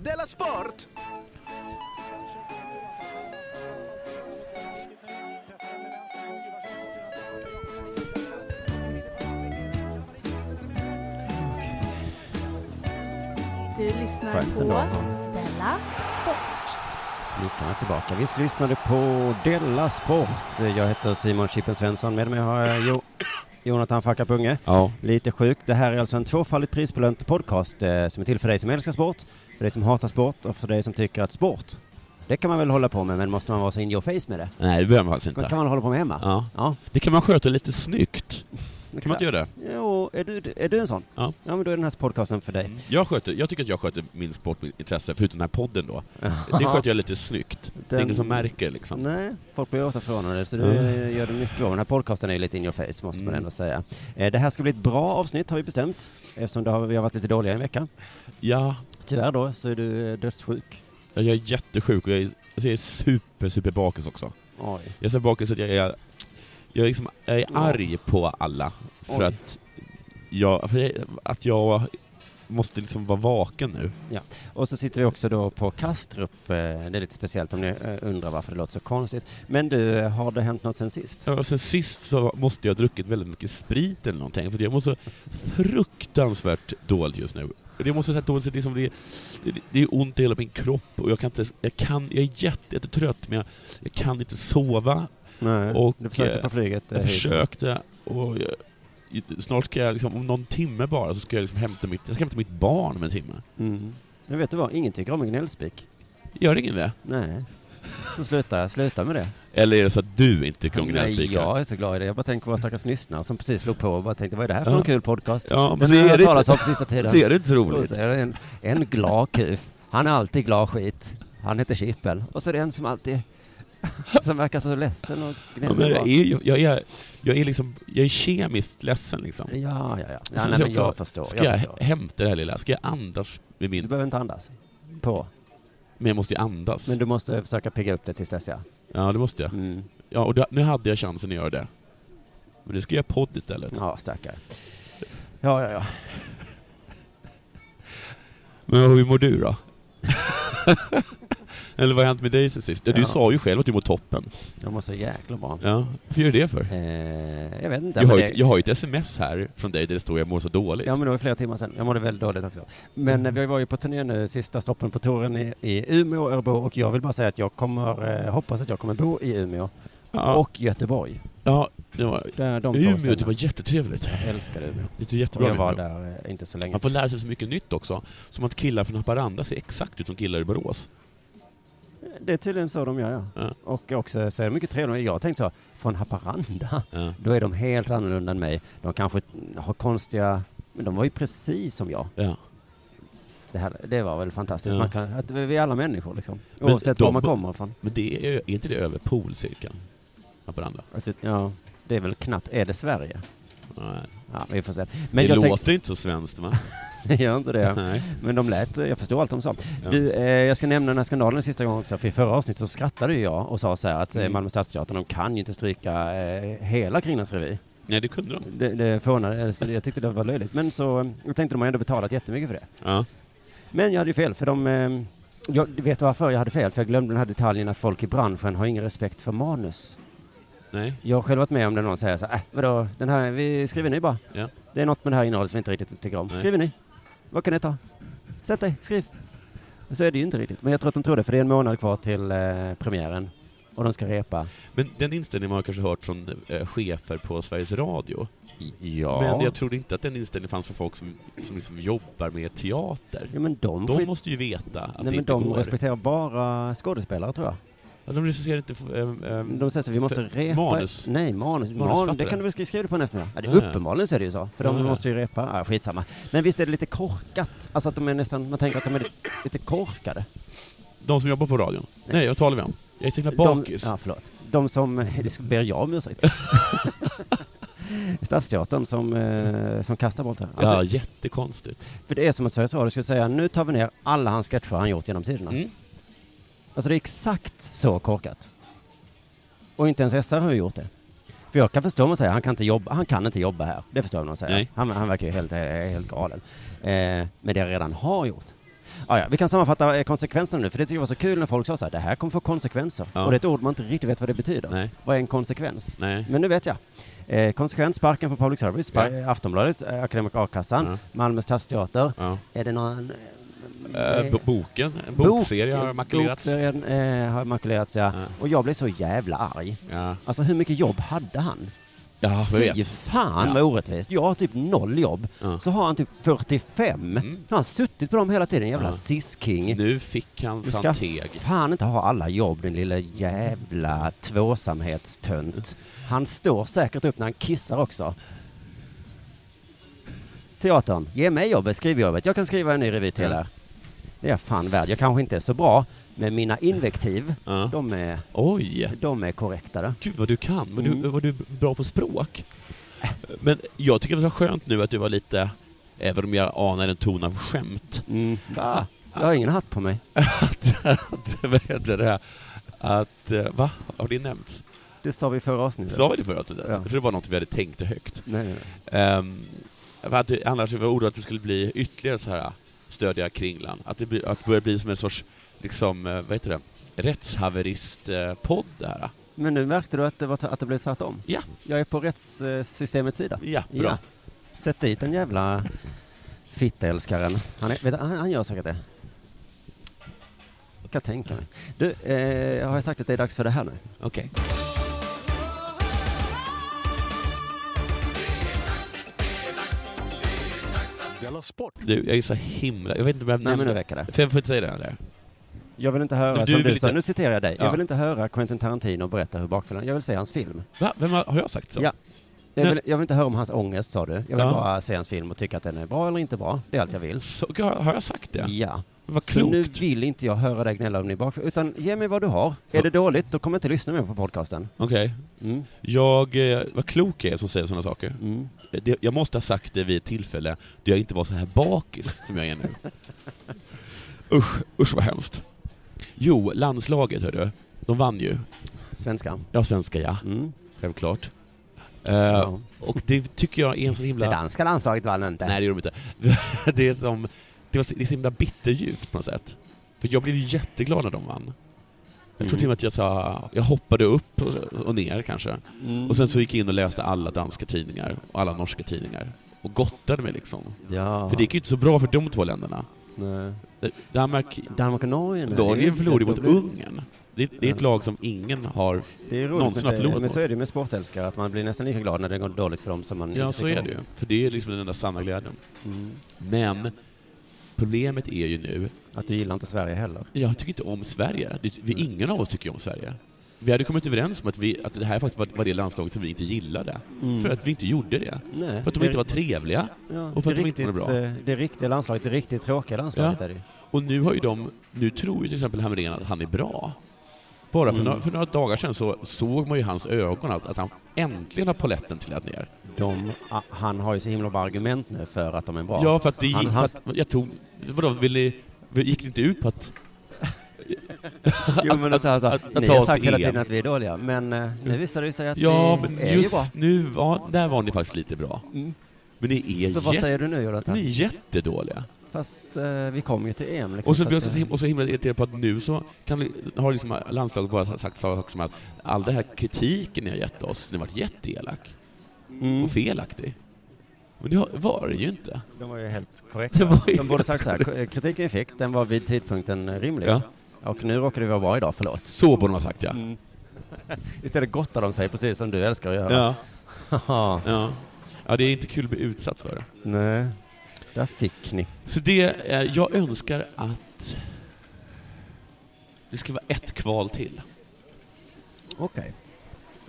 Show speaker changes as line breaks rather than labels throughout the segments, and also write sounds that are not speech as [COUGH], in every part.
Della Sport!
Du lyssnar
Skönt
på
ändå att han-
Della Sport.
Mickarna tillbaka. Visst lyssnar du på Della Sport. Jag heter Simon Chippen Svensson. Med mig har jag jo, Jonathan Facka Punge.
Ja.
Lite sjuk. Det här är alltså en tvåfaldigt prisbelönt podcast eh, som är till för dig som älskar sport, för dig som hatar sport och för dig som tycker att sport, det kan man väl hålla på med, men måste man vara så in your face med det?
Nej, det behöver man faktiskt
Kan
inte.
man hålla på med hemma?
Ja.
Ja,
Det kan man sköta lite snyggt. Kan man inte göra det?
Jo, är du, är du en sån?
Ja.
Ja, men då är den här podcasten för dig.
Jag, sköter, jag tycker att jag sköter min sportintresse, förutom den här podden då. Det sköter jag lite snyggt. Det är
Den-
ingen som märker liksom.
Nej, folk blir återförvånade det, så du
Mm.
gör det mycket bra. Den här podcasten är ju lite in your face, måste man
Mm.
ändå säga. Eh, Det här ska bli ett bra avsnitt, har vi bestämt, eftersom det har, vi har varit lite dåliga i en vecka.
Ja,
Tyvärr då, så är du eh, dödssjuk.
jag är jättesjuk och jag är, alltså jag är super, super bakis också.
Oj.
Jag är så bakis att jag är, jag är, liksom, jag är
Ja.
arg på alla för
Oj.
att jag, för jag- att jag måste liksom vara vaken nu.
Och så sitter vi också då på Kastrup. eh, Det är lite speciellt om ni eh, undrar varför det låter så konstigt. Men du, eh, har det hänt något sen sist?
Ja, Och sen sist så måste jag ha druckit väldigt mycket sprit eller någonting, för jag mår så fruktansvärt dåligt just nu. Jag måste säga dåligt, så liksom det, det, det är ont i hela min kropp och jag kan inte, jag kan, jag är jätte, jättetrött men jag, jag kan inte sova.
Nej.
och,
du försökte
eh,
på flyget? eh,
Jag
hit.
försökte och jag, snart ska jag liksom, om någon timme bara, så ska jag liksom hämta mitt, jag ska hämta mitt barn om en timme.
Mm. Men vet du vad, ingen tycker om en gnällspik.
Gör ingen det?
Nej. Så sluta, sluta med det.
Eller är det så att du inte tycker om
Nej,
gnällspikar?
jag är så glad i det. Jag bara tänker på våra stackars lyssnare som precis slog på och bara tänkte, vad är det här för
Ja.
en kul podcast?
Ja, men
Den
det
har
är
jag
det
talat
inte.
om på sista tiden.
Det är inte [LAUGHS] så
Och
roligt.
så är det en, en glad kuf. Han är alltid glad skit. Han heter Chippel. Och så är det en som alltid [LAUGHS] som verkar så ledsen och
Ja, men
gnällig.
jag, är, ju- jag, är, jag är liksom, jag är kemiskt ledsen liksom.
Ja, ja, ja.
Och
ja
sen
nej,
så
men
också,
jag förstår.
Ska
Jag
jag,
förstår.
hämta det här lilla? Ska jag andas
Du
med min...
behöver inte andas. På.
Men jag måste ju andas.
Men du måste försöka pigga upp det tills dess, ja.
Ja, det måste jag.
Mm.
Ja, och det, nu hade jag chansen att göra det. Men nu ska jag göra podd istället.
Ja, stackare. Ja, ja, ja.
Men hur mår
[LAUGHS]
du då? Eller vad har hänt med dig sen sist? Ja, Du
Ja.
sa ju själv att du mår toppen.
Jag mår så jäkla bra.
Ja, varför gör du det för?
Eh, jag vet inte.
Jag
men
har, ju
det-
ett, jag har ju ett sms här från dig där det står jag mår så dåligt.
Ja, men det var flera timmar sedan. Jag mådde väldigt dåligt också. Men
Mm.
eh, vi var ju på turné nu, sista stoppen på touren i, i Umeå, Örebro och jag vill bara säga att jag kommer, eh, hoppas att jag kommer bo i Umeå
ja,
och Göteborg.
ja, det var,
Där de två
Umeå, det
ställena.
var jättetrevligt.
Jag älskar Umeå.
Det är
Och
jättebra
jag var
Umeå.
där eh, inte så länge.
Man får lära sig så mycket nytt också. Som att killar från Haparanda ser exakt ut som killar i Borås.
Det är tydligen så de gör, ja.
Ja.
Och också så är de mycket trevliga. Jag tänkte så, från Haparanda,
Ja.
då är de helt annorlunda än mig. De kanske har konstiga, men de var ju precis som jag.
Ja.
Det, här, det var väl fantastiskt.
Ja.
Man kan, att vi är alla människor liksom.
Men
Oavsett
de-
var man kommer ifrån.
Men det är, är inte det över polcirkeln? Haparanda?
Alltså, ja, det är väl knappt, är det Sverige?
Nej.
Ja, vi får se. Men
det
jag
låter
tänkte,
inte så svenskt va?
[LAUGHS] gör inte det.
[LAUGHS] Nej.
Men de lät, jag förstår allt de sa.
Ja.
Du, eh, jag ska nämna den här skandalen sista gången också, för i förra avsnittet så skrattade ju jag och sa så här att eh,
Mm.
Malmö Stadsteatern, de kan ju inte stryka eh, hela Kringlands revy.
Nej, det kunde de.
Det, det förvånade, eh, så jag tyckte det var löjligt. Men så, eh, jag tänkte de har ändå betalat jättemycket för det.
Ja. Men,
Men jag hade ju fel, för de, eh, jag vet varför jag hade fel, för jag glömde den här detaljen att folk i branschen har ingen respekt för manus.
Nej.
Jag har själv varit med om det någon säger så här, äh, vadå, den här, vi skriver ny bara.
Ja.
Det är något med det här innehållet som vi inte riktigt tycker om.
Nej.
Skriv en ny. Vad kan det ta? Sätt dig, skriv. Så är det ju inte riktigt. Men jag tror att de tror det, för det är en månad kvar till eh, premiären. Och de ska repa.
Men den inställningen har jag kanske hört från eh, chefer på Sveriges Radio.
Ja.
Men jag trodde inte att den inställningen fanns för folk som, som liksom jobbar med teater.
ja men de,
De
skit...
måste ju veta att
Nej,
det
men
inte
de
går.
respekterar bara skådespelare, tror jag.
Ja, de respekterar inte... för- ehm, ehm,
De säger så vi måste
För-
repa...
manus.
Nej, manus. Man... Det
Manusfattare.
kan du väl skri- skriva det på en eftermiddag? Ja, det,
Ja, ja.
Uppenbarligen så är det ju så. För de
Ja, ja.
måste ju repa. Ja, skitsamma. Men visst är det lite korkat? Alltså att de är nästan... Man tänker att de är lite korkade.
de som jobbar på radion. Nej, jag talar vi om. Jag är så himla bakis.
De, ja, förlåt. De som, [LAUGHS] det ska- ber jag om
[LAUGHS]
ursäkt. Stadsteatern som, eh, som kastar bort det här. Alltså,
ja, jättekonstigt.
För det är som att Sveriges Radio skulle säga, nu tar vi ner alla hans sketcher han gjort genom tiderna.
Mm.
Alltså det är exakt så korkat. Och inte ens SR har ju gjort det. För jag kan förstå om man säger, han kan inte jobba, han kan inte jobba här. Det förstår jag om någon säger.
Nej.
Han, han verkar ju helt, eh, helt galen. Eh, men det jag redan har gjort. Ah, ja. Vi kan sammanfatta eh, konsekvenserna nu, för det tycker jag var så kul när folk sa så här, det här kommer få konsekvenser.
Ja.
Och det är ett ord man inte riktigt vet vad det betyder.
Nej.
Vad är en konsekvens?
Nej.
Men nu vet jag. Eh, konsekvens, sparken från public service, spa- Aftonbladet, eh, Akademic A-kassan,
Ja.
Malmös stadsteater.
Ja.
Är det någon...
Eh, b- boken, en
Bok-
bokserie har makulerats.
Bokserien eh, har makulerats, ja.
Ja.
Och jag blev så jävla arg.
Ja,
Alltså hur mycket jobb hade han?
ja jag
Fy
vet.
fan
Ja.
vad orättvist. Jag har typ noll jobb.
Ja.
Så har han typ 45.
Mm.
Han har suttit på dem hela tiden, jävla
Ja.
sisking.
Nu fick han
Du ska
Santeg.
fan inte ha alla jobb din lilla jävla tvåsamhetstönt. Han står säkert upp när han kissar också. Teatern, ge mig jobbet, skriv jobbet. Jag kan skriva en ny revy till
Ja.
er. Det är jag fan värd. Jag kanske inte är så bra, men mina invektiv,
Ja.
de är,
Oj!
de är korrektare.
Gud vad du kan, men du,
Mm.
var du bra på språk? Men jag tycker det var så skönt nu att du var lite, även om jag anar en ton av skämt, [LAUGHS]
Mm. Va? Jag har ingen hatt på mig.
att, att vad heter det, att, eh, va? Har det nämnts?
Det sa vi i förra avsnittet.
Sa vi det förra avsnittet?
Ja.
Jag tror det var något vi hade tänkt högt.
Nej, nej, nej.
Um, för att det, annars var jag orolig att det skulle bli ytterligare så här stödja Kringlan. Att det, blir, att det börjar bli som en sorts, liksom, eh, vad heter det, rättshaverist-podd det här.
Men nu märkte du att det, var, att det blev tvärtom.
Ja,
Jag är på rättssystemets sida.
ja, bra.
Ja. Sätt dit den jävla fittälskaren. Han, är, vet, du, han, han gör säkert det. Jag kan tänka mig. Du, eh, har jag sagt att det är dags för det här nu?
Okej.
Della Sport!
Du, jag är så himla... Jag vet inte om jag
Nej,
nämnde
men nu räcker det.
För jag får inte säga det eller?
Jag vill inte höra,
Men du
som du
vill
sa,
inte-
nu citerar jag dig.
Ja.
Jag vill inte höra Quentin Tarantino berätta hur bakfyllan, jag vill se hans film.
Va? Vem har, har jag sagt så?
Ja. Jag
Nej.
vill, jag vill inte höra om hans ångest, sa du. Jag vill
Ja.
bara se hans film och tycka att den är bra eller inte bra. Det är allt jag vill.
så har, har jag sagt det?
Ja.
Vad
Så nu
klokt.
vill inte jag höra dig gnälla om din bakfylla, utan ge mig vad du har. Är det dåligt, då kommer jag inte lyssna mer på podcasten.
Okej.
Mm.
Jag... Eh, vad klok jag är som säger sådana saker.
Mm.
Det, jag måste ha sagt det vid ett tillfälle då jag inte var så här bakis som jag är nu. [LAUGHS] Usch, usch vad hemskt. Jo, landslaget hördu. De vann ju.
Svenska.
Ja, svenska ja.
Mm.
Självklart. Eh,
Ja.
Och det tycker jag är en sån himla...
Det danska landslaget vann inte.
Nej, det gjorde de inte. [LAUGHS] det är som, det, var, så- det är så himla bitterljuvt på något sätt. För jag blev ju jätteglad när de vann.
Mm.
Jag tror till och med att jag sa, jag hoppade upp och, och ner kanske.
Mm.
Och sen så gick jag in och läste alla danska tidningar och alla norska tidningar. Och gottade mig liksom.
ja.
För det gick ju inte så bra för de två länderna.
Nej.
Danmark,
Danmark och Norge. nej.
Norge
Just det,
förlorade
då
mot
blir-
Ungern. Det, det är ett lag som ingen har...
Det är roligt,
någonsin
men,
har
det,
förlorat
men
mot.
så är det med sportälskare, att man blir nästan lika glad när det går dåligt för dem som man
Ja,
inte
så
tycker
är det ju. För det är liksom den enda sanna glädjen.
om. Mm.
Men problemet är ju nu
Att du gillar inte Sverige heller.
Jag tycker inte om Sverige. Det- Vi, ingen av oss tycker ju om Sverige. Vi hade kommit överens om att, vi, att det här faktiskt var, var det landslaget som vi inte gillade. För att vi inte gjorde Mm. det.
Mm. Nej.
För att de
det-
inte var trevliga.
ja,
och för att
det
de inte
riktigt,
var bra.
eh, Det riktiga landslaget, det riktigt tråkiga landslaget
Ja.
är det ju.
Och nu har ju de, nu tror ju till exempel Hamrén att han är bra. Bara för,
Mm.
några, för några dagar sedan så såg man ju i hans ögon att, att han äntligen har poletten trillat ner.
De, ah, han har ju så himla bra argument nu för att de är bra. [LAUGHS]
Ja, för att det
Han-
gick,
han-
för att, jag tog, vadå, vill ni, gick det inte ut på att,
Jo, men alltså, alltså,
att- att
ni
ta
har
oss
sagt
till
hela
EM.
tiden att vi är dåliga, men eh, nu visar det ju sig att
ja
vi
men
är ju bra.
just nu, var, där var ni faktiskt lite bra.
Mm.
Men ni är,
Så vad
jätte,
säger du nu Jonathan?
ni är jättedåliga.
Fast eh, vi kom ju till EM liksom.
Och så
så
blir jag
att,
så
eh,
himla, och så himla irriterad på att nu så kan vi, har liksom landslaget bara sagt saker som att all den här kritiken ni har gett oss, den har varit jätteelak
mm.
och felaktig. Men det har- var det ju inte.
De var ju helt
Det
korrekta.
var ju
De borde sagt så här, k- eh, kritiken vi fick, den var vid tidpunkten eh, rimlig.
Ja.
Och nu råkar det vara bra idag, förlåt.
Så borde man ha sagt ja.
Mm. [LAUGHS] Istället gottar de sig precis som du älskar att göra. [LAUGHS]
Ja,
Ja.
ja. ja det är inte kul att bli utsatt för det.
Nej, där fick ni.
Så det, eh, jag önskar att det skulle vara ett kval till.
Okej.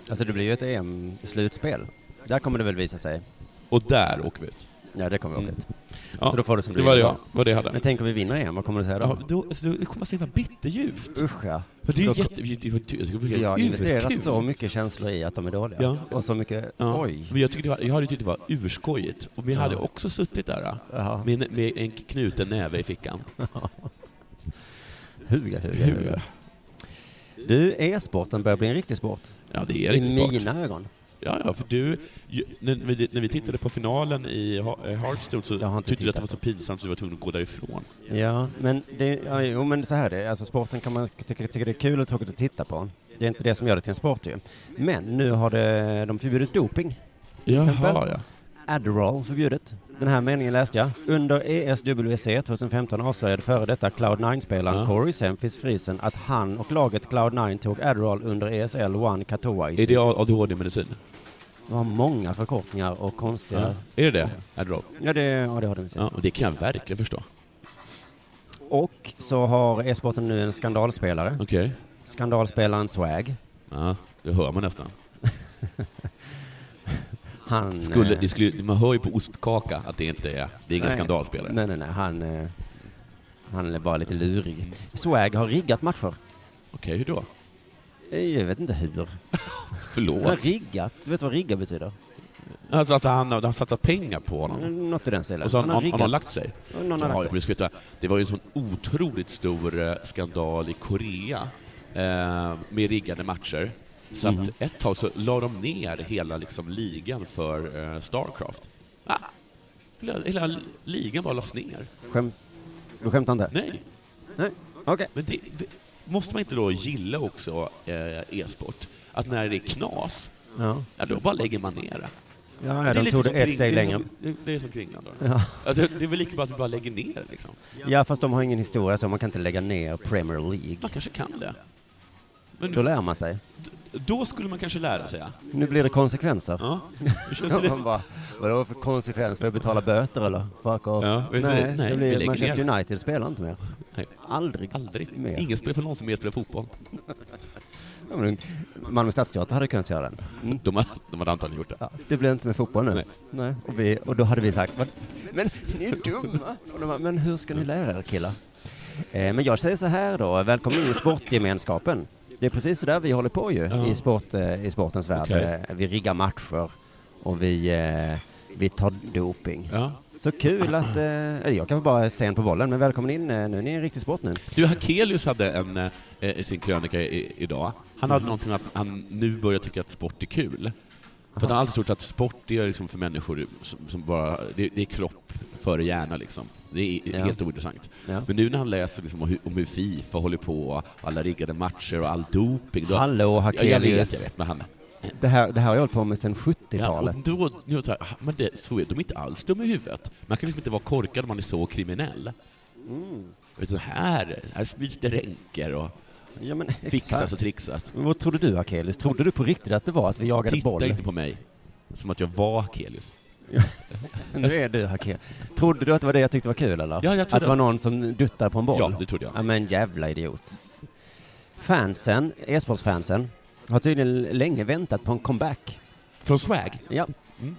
Alltså det blir ju ett EM-slutspel. Där kommer det väl visa sig.
Och där åker vi ut.
Ja, det kommer vi åka
Mm.
ut.
Ja,
Så då får det som
det
blir.
var det jag, var det jag hade.
Men tänk om vi vinner EM, vad kommer du säga
Ja,
då?
då, så det kommer att se vad bitterljuvt.
Usch ja.
För det är ju
Då-
jätte... det var- Jag tycker det var
Jag har investerat
urkul.
så mycket känslor i att de är dåliga.
Ja.
Och så mycket,
Ja.
oj.
Men jag, tyckte det var, jag hade tyckt det var urskojigt. Och vi
Ja.
hade också suttit där
Jaha.
med, en- med en knuten näve i fickan.
Huga, huga, huga. Du, e-sporten börjar bli en riktig sport.
Ja, det är riktigt
I
sport.
mina ögon.
Ja, ja, för du, ju- när vi, när vi tittade på finalen i Ha- eh, Hearthstone så
Jag har inte
tyckte du att det var
tittat.
så pinsamt så du var tvungen att gå därifrån.
Ja, men, det, ja, jo, men så här är det. Alltså, sporten kan man tycka, tycka det är kul och tråkigt att titta på. Det är inte det som gör det till en sport ju. Men nu har det, de förbjudit doping. exempel.
Jaha, ja.
Adderall förbjudet. Den här meningen läste jag. Under E ESWC 2015 avslöjade före detta Cloud9-spelaren
Ja.
Corey Semfis Friesen att han och laget Cloud9 tog Adderall under ESL One Katoa i
Är
sin-
det ADHD-medicin?
Det var många förkortningar och konstiga... Ja,
Är det det? Adderall?
det, ja, det har de sett.
Ja, och det kan jag verkligen förstå.
Och så har e-sporten nu en skandalspelare.
Okej.
Skandalspelaren Swag.
Ja, det hör man nästan.
Han...
Skulle,
eh,
det skulle, man hör ju på ostkaka att det inte är, det är ingen
Nej.
skandalspelare.
Nej, nej, nej. Han, eh, han är bara lite lurig. Swag har riggat matcher.
Okej, hur då?
Eh, Jag vet inte hur. Han har
Förlåt?
riggat. Du vet vad rigga betyder? Eh,
Alltså, alltså han, har- han satsar pengar på honom.
Något i den stilen.
Och så har han, han, han har lagt sig.
Ja, Någon har
Ja,
lagt
jag
sig.
blir skvittad. det var ju en sån otroligt stor eh, skandal i Korea eh, med riggade matcher. Så
Mm.
att ett tag så la de ner hela liksom, ligan för eh, Starcraft. Ah, hela, hela ligan bara lades ner.
Skämt. Du skämtar inte?
Nej,
Nej. Okej.
men det, det, måste man inte då gilla också eh, e-sport? Att när det är knas,
Ja.
ja, då bara lägger man ner det.
Ja, ja,
är
de
lite
tog det
som
ett
kring-
steg
det är
längre.
som- Det, det är som kringlan då.
Ja.
Ja, det, det är väl lika bra att vi bara lägger ner det, liksom.
ja, fast de har ingen historia så man kan inte lägga ner Premier League.
Man kanske kan det. Men
Då lär man sig.
Då skulle man kanske lära sig, ja.
Nu blir det konsekvenser.
ja. Hur
[LAUGHS]
känns det?
Man bara, vadå för konsekvenser? Får jag betala böter eller? Fuck off.
Ja, visst är det-
nej,
nej,
det
vi
blir
lägger
Manchester
ner.
United spelar inte mer.
Nej,
Aldrig.
aldrig.
Mer.
Ingen spelar för någon som mer spelar fotboll.
Ja, men Malmö Stadsteater hade kunnat göra den. Mm.
De, har, de hade antagligen gjort det.
Ja, det blev inte med fotboll nu.
Nej.
Nej, och, vi, och då hade vi sagt, "Vad- men ni är dumma. Och de bara, men hur ska ni lära er killar? Eh, men jag säger så här då, välkommen in i sportgemenskapen. Det är precis så där vi håller på ju
Ja.
i, sport, eh, i sportens värld.
Okej.
Eh, vi riggar matcher och vi, eh, vi tar doping.
Ja.
Så kul att, eh, eller jag kanske bara är sen på bollen, men välkommen in eh, nu. Ni är en riktig sport nu.
Du, Hakelius hade en, eh, i sin krönika i, idag,
Mm.
han hade någonting att han nu börjar tycka att sport är kul. För att han har alltid trott att sport det är liksom för människor som, som bara, det, det är kropp före hjärna liksom. Det är
Ja.
helt ointressant.
Ja.
Men nu när han läser liksom om, hur, om hur Fifa håller på, och alla riggade matcher och all doping. Då,
Hallå
ja, jag vet, jag
Hakelius.
vet, men han,
Det här, det här har jag hållit på med sedan
Ja, och
70-talet.
då, nu, så här, men det, så är de inte alls dumma i huvudet. Man kan liksom inte vara korkad om man är så kriminell.
Mm.
Utan här, här sprids det ränker och
Ja, men
fixas och trixas.
Men vad trodde du Akelius? Trodde du på riktigt att det var att vi jagade
Titta
boll?
inte på mig som att jag var Akelius.
Nu är du Akelius. Trodde du att det var det jag tyckte var kul eller?
Ja, jag
att
trodde-
det var någon som duttar på en boll?
Ja, det trodde jag.
Ja, men jävla idiot. Fansen, e-sportsfansen, har tydligen länge väntat på en comeback.
Från Swag?
Ja.
Mm.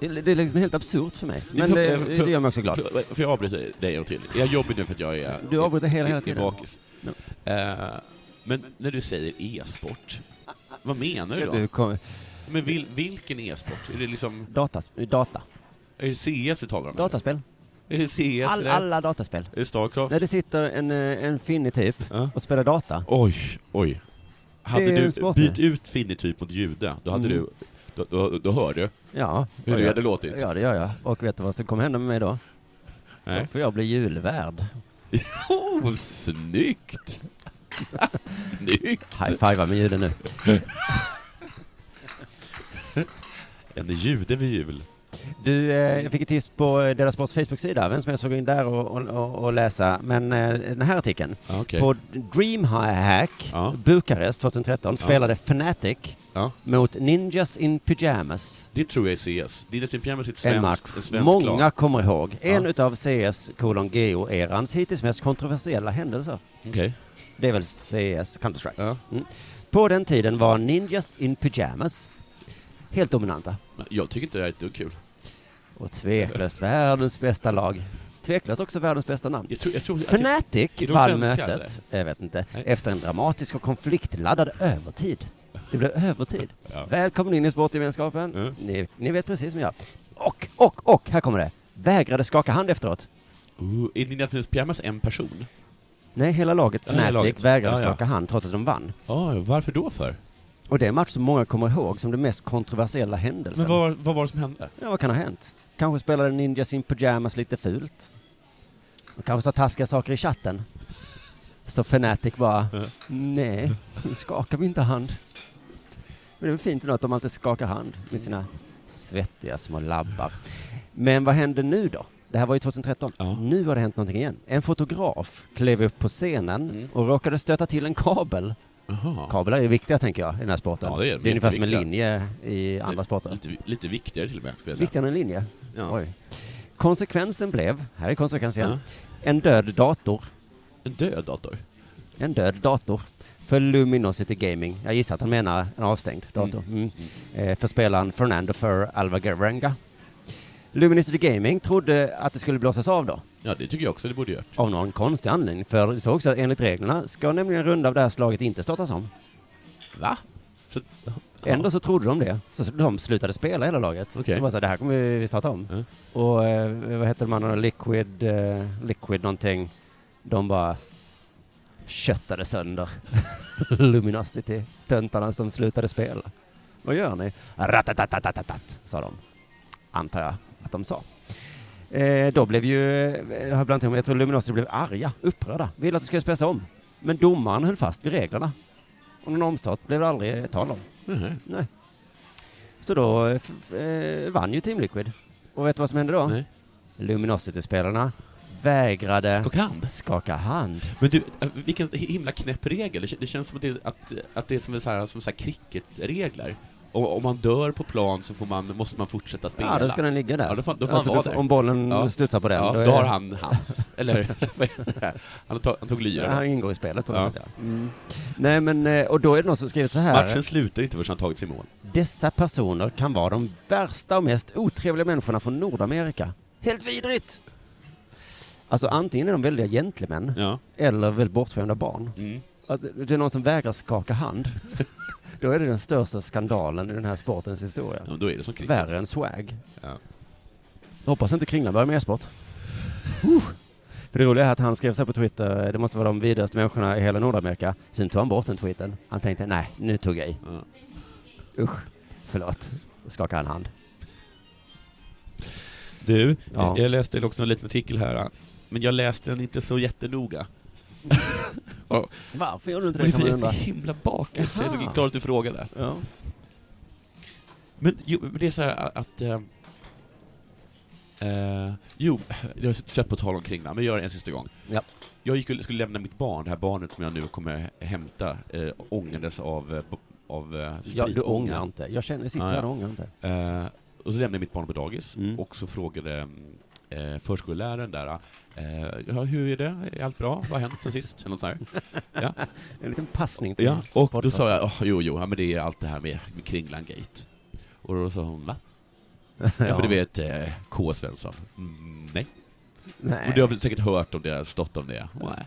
Det, det är liksom helt absurt för mig.
Det är
Men
för-
det,
för-
det gör mig också glad.
Får får jag avbryta dig en gång till? Jag jobbar nu för att jag är...
Du avbryter hela, hela
är- är
tiden.
bakis. Eh, men när du säger e-sport, vad menar du
Ska
då?
Du kom,
Men vil, vilken e-sport? Är det liksom,
data, data,
är det CS vi talar om?
dataspel.
Är det CS?
All,
eller?
alla dataspel.
Är det Starcraft?
När det sitter en, eh, en finne typ
Ja.
och spelar data.
Oj, oj. Hade
är
du
en sport
bytt ut finnetyp mot jude, då hade
Mm.
du... Då, då, då hör du
Ja.
hur
och
det
jag-
hade låtit.
Ja, det gör jag. Och vet du vad som kommer hända med mig då? Då
Nej.
får jag bli julvärd.
Oh, snyggt! [LAUGHS] snyggt!
High-fivea med
[LAUGHS]
julen nu.
En jude vid jul.
Du, eh, jag fick ett tips på eh, Dela Sports Facebook-sida. Vem som helst får gå in där och, och- och, och läsa. Men eh, den här artikeln.
Ja, okej.
På Dreamhack
Ja.
Bukarest 2013 spelade Fnatic
Ja.
mot Ninjas in Pyjamas
Det tror jag är CS. Det är dessutom Pyjamas är ett
en match.
svenskt svensk
Många
lag.
kommer ihåg. En
Ja.
utav CS kolon GO-erans hittills mest kontroversiella händelser.
Okej.
Det är väl CS, Counter-Strike.
Ja.
På den tiden var Ninjas in Pyjamas helt dominanta.
Men Jag tycker inte det här är ett dugg kul.
Och tveklöst världens bästa lag. Tveklöst också världens bästa namn.
Jag tror, jag tror att det-
Fnatic
är de
vann
svenskar,
mötet, jag vet inte,
Nej.
efter en dramatisk och konfliktladdad övertid. Det blev övertid.
[LAUGHS] Ja.
Välkommen in i sportgemenskapen.
Mm.
Ni, ni vet precis som jag. Och, och, och, här kommer det. Vägrade skaka hand efteråt.
Uh, är Ninja Pyjamas Pyjamas en person?
Nej, hela laget
Ja, hela
Fnatic
laget.
vägrade
Ja, ja.
skaka hand trots att de vann.
Ja, varför då för?
Och det är en match som många kommer ihåg som den mest kontroversiella
Men
händelsen.
vad, var- vad var det som hände?
Ja, vad kan ha hänt? Kanske spelade Ninja sin pyjamas lite fult. Och kanske sa taskiga saker i chatten. Så Fnatic bara, nej, nu skakar vi inte hand. Men det är väl fint ändå att de alltid skakar hand med sina svettiga små labbar. Men vad hände nu då? Det här var ju 2013.
Ja.
Nu har det hänt någonting igen. En fotograf klev upp på scenen
Mm.
och råkade stöta till en kabel.
Jaha.
Kablar är ju viktiga tänker jag i den här sporten.
Ja, det är de.
det är ungefär som en
Jätteviktiga.
linje i andra sporter.
Lite, lite viktigare till och med, skulle jag säga.
Viktigare än en linje.
Ja.
Oj. Konsekvensen blev, här är konsekvensen igen,
Ja.
en död dator.
En död dator?
En död dator. För Luminosity Gaming. Jag gissar att han menar en avstängd dator. Mm. Eh, för spelaren Fernando för Alvarenga. Luminosity Gaming trodde att det skulle blåsas av då.
Ja, det tycker jag också det borde gjort.
Av någon konstig anledning. För det såg också att enligt reglerna ska nämligen en runda av det här slaget inte startas om.
Va? Så, ja.
Ändå så trodde de det. Så de slutade spela hela laget.
Okej.
De bara så här, det här kommer vi starta om.
Mm.
Och eh, vad heter de andra, Liquid, eh, Liquid någonting. De bara köttade sönder [LAUGHS] Luminosity, töntarna som slutade spela. Vad gör ni? Ratatatatatat, sa de. Antar jag att de sa. Eh, då blev ju, eh, jag har blandat ihop, jag tror Luminosity blev arga, upprörda, ville att det skulle spelas om. Men domaren höll fast vid reglerna. Och någon omstart blev det aldrig tal om.
Mhm.
Nej. Så då eh, f- f- eh, vann ju Team Liquid. Och vet du vad som hände då?
Nej.
Luminosity-spelarna vägrade
Och hand.
skaka hand.
Men du, eh, vilken himla knäpp regel. Det kän- Det känns som att det, att, att det är som, en så här, som så här cricketregler. Och, om man dör på plan så får man, måste man fortsätta spela.
Ja, då ska den ligga där.
Ja, då får- då får
alltså,
han vara
då får-
där.
om bollen
Ja.
studsar på den,
Ja,
då, är-
då har han hans.
[LAUGHS]
Eller, vad heter det? han tog, han tog
Ja,
lyran.
han ingår i spelet på något
Ja.
sätt, ja. Mm. Nej, men, eh, och då är det någon som skrivit så här.
Matchen slutar inte förrän han tagit sig i mål.
Dessa personer kan vara de värsta och mest otrevliga människorna från Nordamerika. Helt vidrigt! Alltså antingen är de väldiga gentlemän,
Ja.
eller väldigt bortskämda barn.
Mm.
Att det är någon som vägrar skaka hand. [LAUGHS] Då är det den största skandalen i den här sportens historia.
ja men då är det som cricket.
Värre än swag.
Ja.
Hoppas inte Kringlan börjar med e-sport. Uh. För det roliga är att han skrev så här på Twitter, eh, det måste vara de vidrigaste människorna i hela Nordamerika. Sen tog han bort den tweeten. Han tänkte, nej, nu tog jag i.
Ja.
Usch, förlåt. Då skakade han hand.
Du,
Ja.
jag läste också en liten artikel här, men jag läste den inte så jättenoga.
Varför gjorde du inte
Men det är så himla alltså. bakis. Jag är
Jaha.
så glad att du frågade.
Ja.
Men jo, men det är så här a- att... Eh, eh, jo, jag är trött på att tala om Kringlan, men jag gör det en sista gång.
Ja.
Jag gick, och skulle lämna mitt barn, det här barnet som jag nu kommer hämta, eh, ångandes av, eh, bo- av eh,
[LAUGHS] ja, du
spritånga.
ångrar inte. Jag känner, jag sitter
Ja, ja.
här och ångrar inte.
Eh, och så lämnade jag mitt barn på dagis
Mm.
och så frågade mm, eh, förskolläraren där eh, ja, hur är det? Är allt bra? Vad har hänt sen sist? Eller något sånt här.
En liten passning till
ja, och då
podcasten.
sa jag, oh, jo, jo, ja, men det är allt det här med, med Kringlan-gate. Och då sa hon, va? Ja.
[LAUGHS]
men du vet, eh, K. Svensson. Mm, nej.
Nej.
Och du har väl säkert hört om det, stått om det? Nej.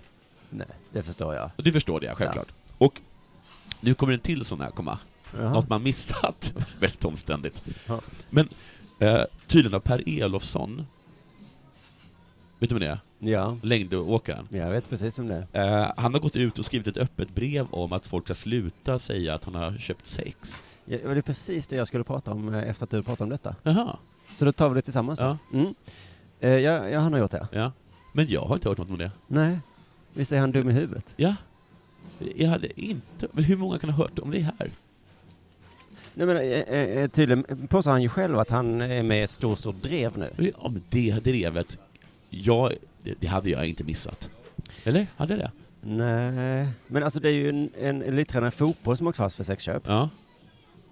Nej, det förstår jag.
Och du förstår det, självklart. Och nu kommer en till sån här komma.
Jaha.
Något man missat. [LAUGHS] Väldigt omständigt.
Ja.
Men eh, tydligen av Per Elofsson. Vet du vem det är?
Ja,
Längdåkaren.
jag vet precis om det är.
Eh, han har gått ut och skrivit ett öppet brev om att folk ska sluta säga att han har köpt sex.
Ja, Det är precis det jag skulle prata om eh, efter att du pratade om detta.
Jaha.
Så då tar vi det tillsammans då.
Ja,
Mm. Eh, ja, ja, han har gjort det.
ja. Men jag har inte hört något om det.
Nej. Visst är han dum i huvudet?
Ja. Jag hade inte... Men hur många kan ha hört om det här?
Nej men eh, eh, eh, tydligen påstår han ju själv att han är med i ett stort, stort drev nu.
Ja, men det drevet, jag, det, det hade jag inte missat. Eller? Hade jag det?
Nej. Men alltså det är ju en, en elittränare i fotboll som åkt fast för sexköp.
Ja.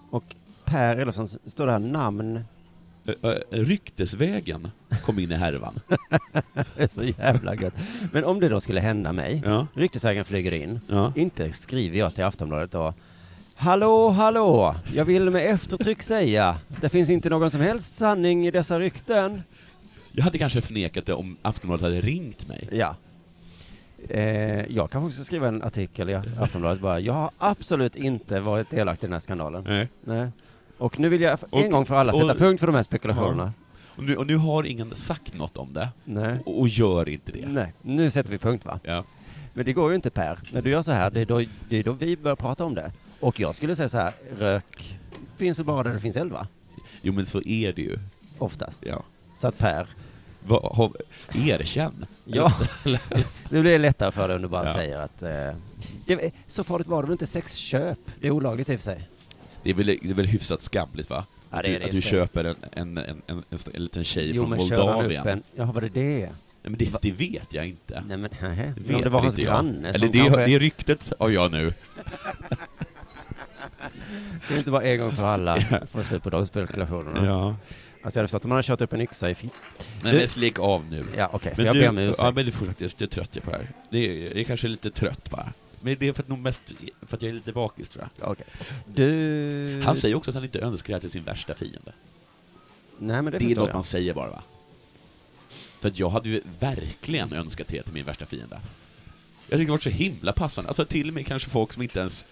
Och Per Elofsson s- står det här namn. [LAUGHS]
Ö, ö, Ryktesvägen kom in i härvan.
Det är så jävla gött. Men om det då skulle hända mig.
[LAUGHS] Ja.
Ryktesvägen flyger in.
Ja.
Inte skriver jag till Aftonbladet då. Hallå, hallå! Jag vill med eftertryck säga, det finns inte någon som helst sanning i dessa rykten.
Jag hade kanske förnekat det om Aftonbladet hade ringt mig.
Ja. Eh, jag kanske också ska skriva en artikel i Aftonbladet bara, jag har absolut inte varit delaktig i den här skandalen.
Nej.
Nej. Och nu vill jag en
Och-
gång för alla sätta
och-
punkt för de här spekulationerna.
Och nu, och nu har ingen sagt något om det,
Nej.
och, och gör inte det.
Nej, nu sätter vi punkt va?
Ja.
Men det går ju inte Per. När du gör så här, det är då, det är då vi börjar prata om det. Och jag skulle säga så här, rök finns ju bara där det finns eld va?
Jo men så är det ju.
Oftast.
Ja.
Så att Per,
Va, ha, erkänn.
ja, [LAUGHS] det blir lättare för dig om du bara
Ja.
säger att eh, det, så farligt var det väl inte sexköp? Det är olagligt i och för sig.
Det är väl, det är väl hyfsat skamligt va?
Ja,
att
det är
du,
det i
att
och
du
för sig.
köper en, en, en, en, en, st- en liten tjej
Jo
från
men kör han upp
Moldavien.
en, ja var det det?
Nej, men det, det vet jag inte.
Nej men nähä.
Det
Men om det
vet
var
väl
hans
inte jag.
granne
Eller
som
det,
kanske,
det är ryktet har jag nu.
det är inte bara en gång för
[LAUGHS]
alla få slut på de spekulationerna.
Ja.
Alltså jag hade förstått om man hade kört upp en yxa i fitt.
Nej
Du-
men lägg av nu.
Ja okej, för
Men
jag
du,
ber om ursäkt.
ja, men du får faktiskt, jag är trött jag på det här. Det är, jag är kanske lite trött bara. Men det är för att, nog mest för att jag är lite bakis tror jag.
Okej. Du...
Han säger också att han inte önskar det här till sin värsta fiende.
Nej men det,
Det, är
förstår
något
jag.
man säger bara va? För att jag hade ju verkligen önskat det till min värsta fiende. Jag tycker det var så himla passande. Alltså till och med kanske folk som inte ens...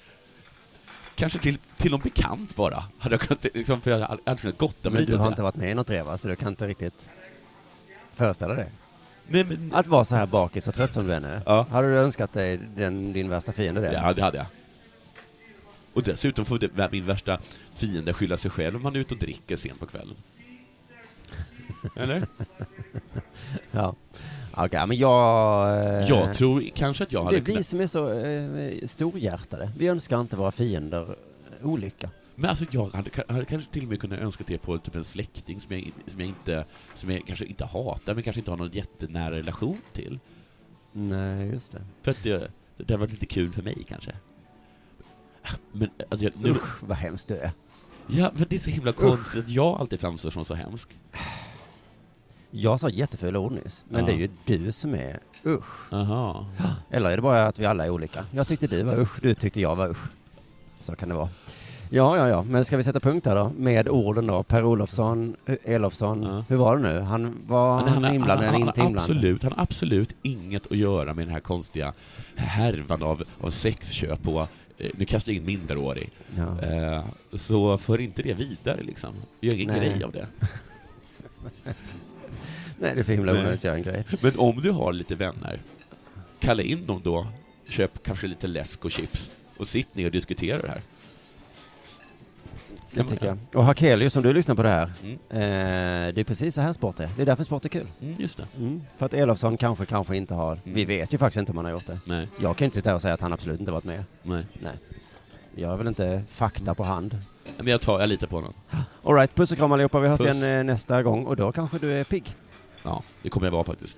Kanske till, till någon bekant bara. Hade jag kunnat, liksom, för jag hade aldrig kunnat gotta mig
Men du
åt
har
det.
inte varit med i något reva så du kan inte riktigt föreställa dig.
Nej men...
Att vara så här bakis och trött som du är nu.
Ja.
Hade du önskat dig den, din värsta fiende det?
Ja, det hade jag. Och dessutom får det, min värsta fiende skylla sig själv om han är ute och dricker sent på kvällen.
[LAUGHS]
Eller?
ja. Okej, men jag... eh,
Jag tror kanske att jag
Det
hade
är vi
kunnat...
som är så eh, storhjärtade. Vi önskar inte våra fiender eh, olycka.
Men alltså jag hade, ka- hade kanske till och med kunnat önska det på typ en släkting som jag, in- som jag inte... Som jag kanske inte hatar, men kanske inte har någon jättenära relation till.
Nej, just det.
För att det, det hade varit lite kul för mig kanske. Men, att jag, nu,
Usch, vad hemskt du är.
ja, men det är så himla konstigt att jag alltid framstår som så hemsk.
Jag sa jättefula ord nyss, men
Ja.
det är ju du som är usch.
Aha.
Eller är det bara att vi alla är olika? Jag tyckte du var usch, du tyckte jag var usch. Så kan det vara. Ja, ja, ja, men ska vi sätta punkt här då? Med orden då, Per Olofsson, eh, Elofsson,
Ja.
hur var det nu? Han var
Men
han,
har-
inblandad
han,
eller
han,
inte
har
inblandad?
absolut, han har absolut inget att göra med den här konstiga härvan av, av sexköp och eh, nu kastar jag in minderårig.
Ja.
Eh, så för inte det vidare liksom. Gör ingen
Nej.
grej av det.
Nej, det är så himla
Nej.
onödigt att göra en grej.
Men om du har lite vänner, kalla in dem då, köp kanske lite läsk och chips och sitt ner och diskutera det här.
Det
Kan man
tycker jag.
göra.
Och Hakelius, som du lyssnar på det här,
Mm.
eh, det är precis så här sport är. Det är därför sport är kul.
Mm, just det.
För att Elofsson kanske, kanske inte har,
Mm.
vi vet ju faktiskt inte om han har gjort det.
Nej,
Jag kan ju inte sitta här och säga att han absolut inte varit med.
nej.
Jag har väl inte fakta på hand.
Men jag tar, jag litar på honom.
Alright, puss och kram allihopa. Vi hörs
Puss.
igen eh, nästa gång och då kanske du är pigg.
Ja, det kommer jag vara faktiskt.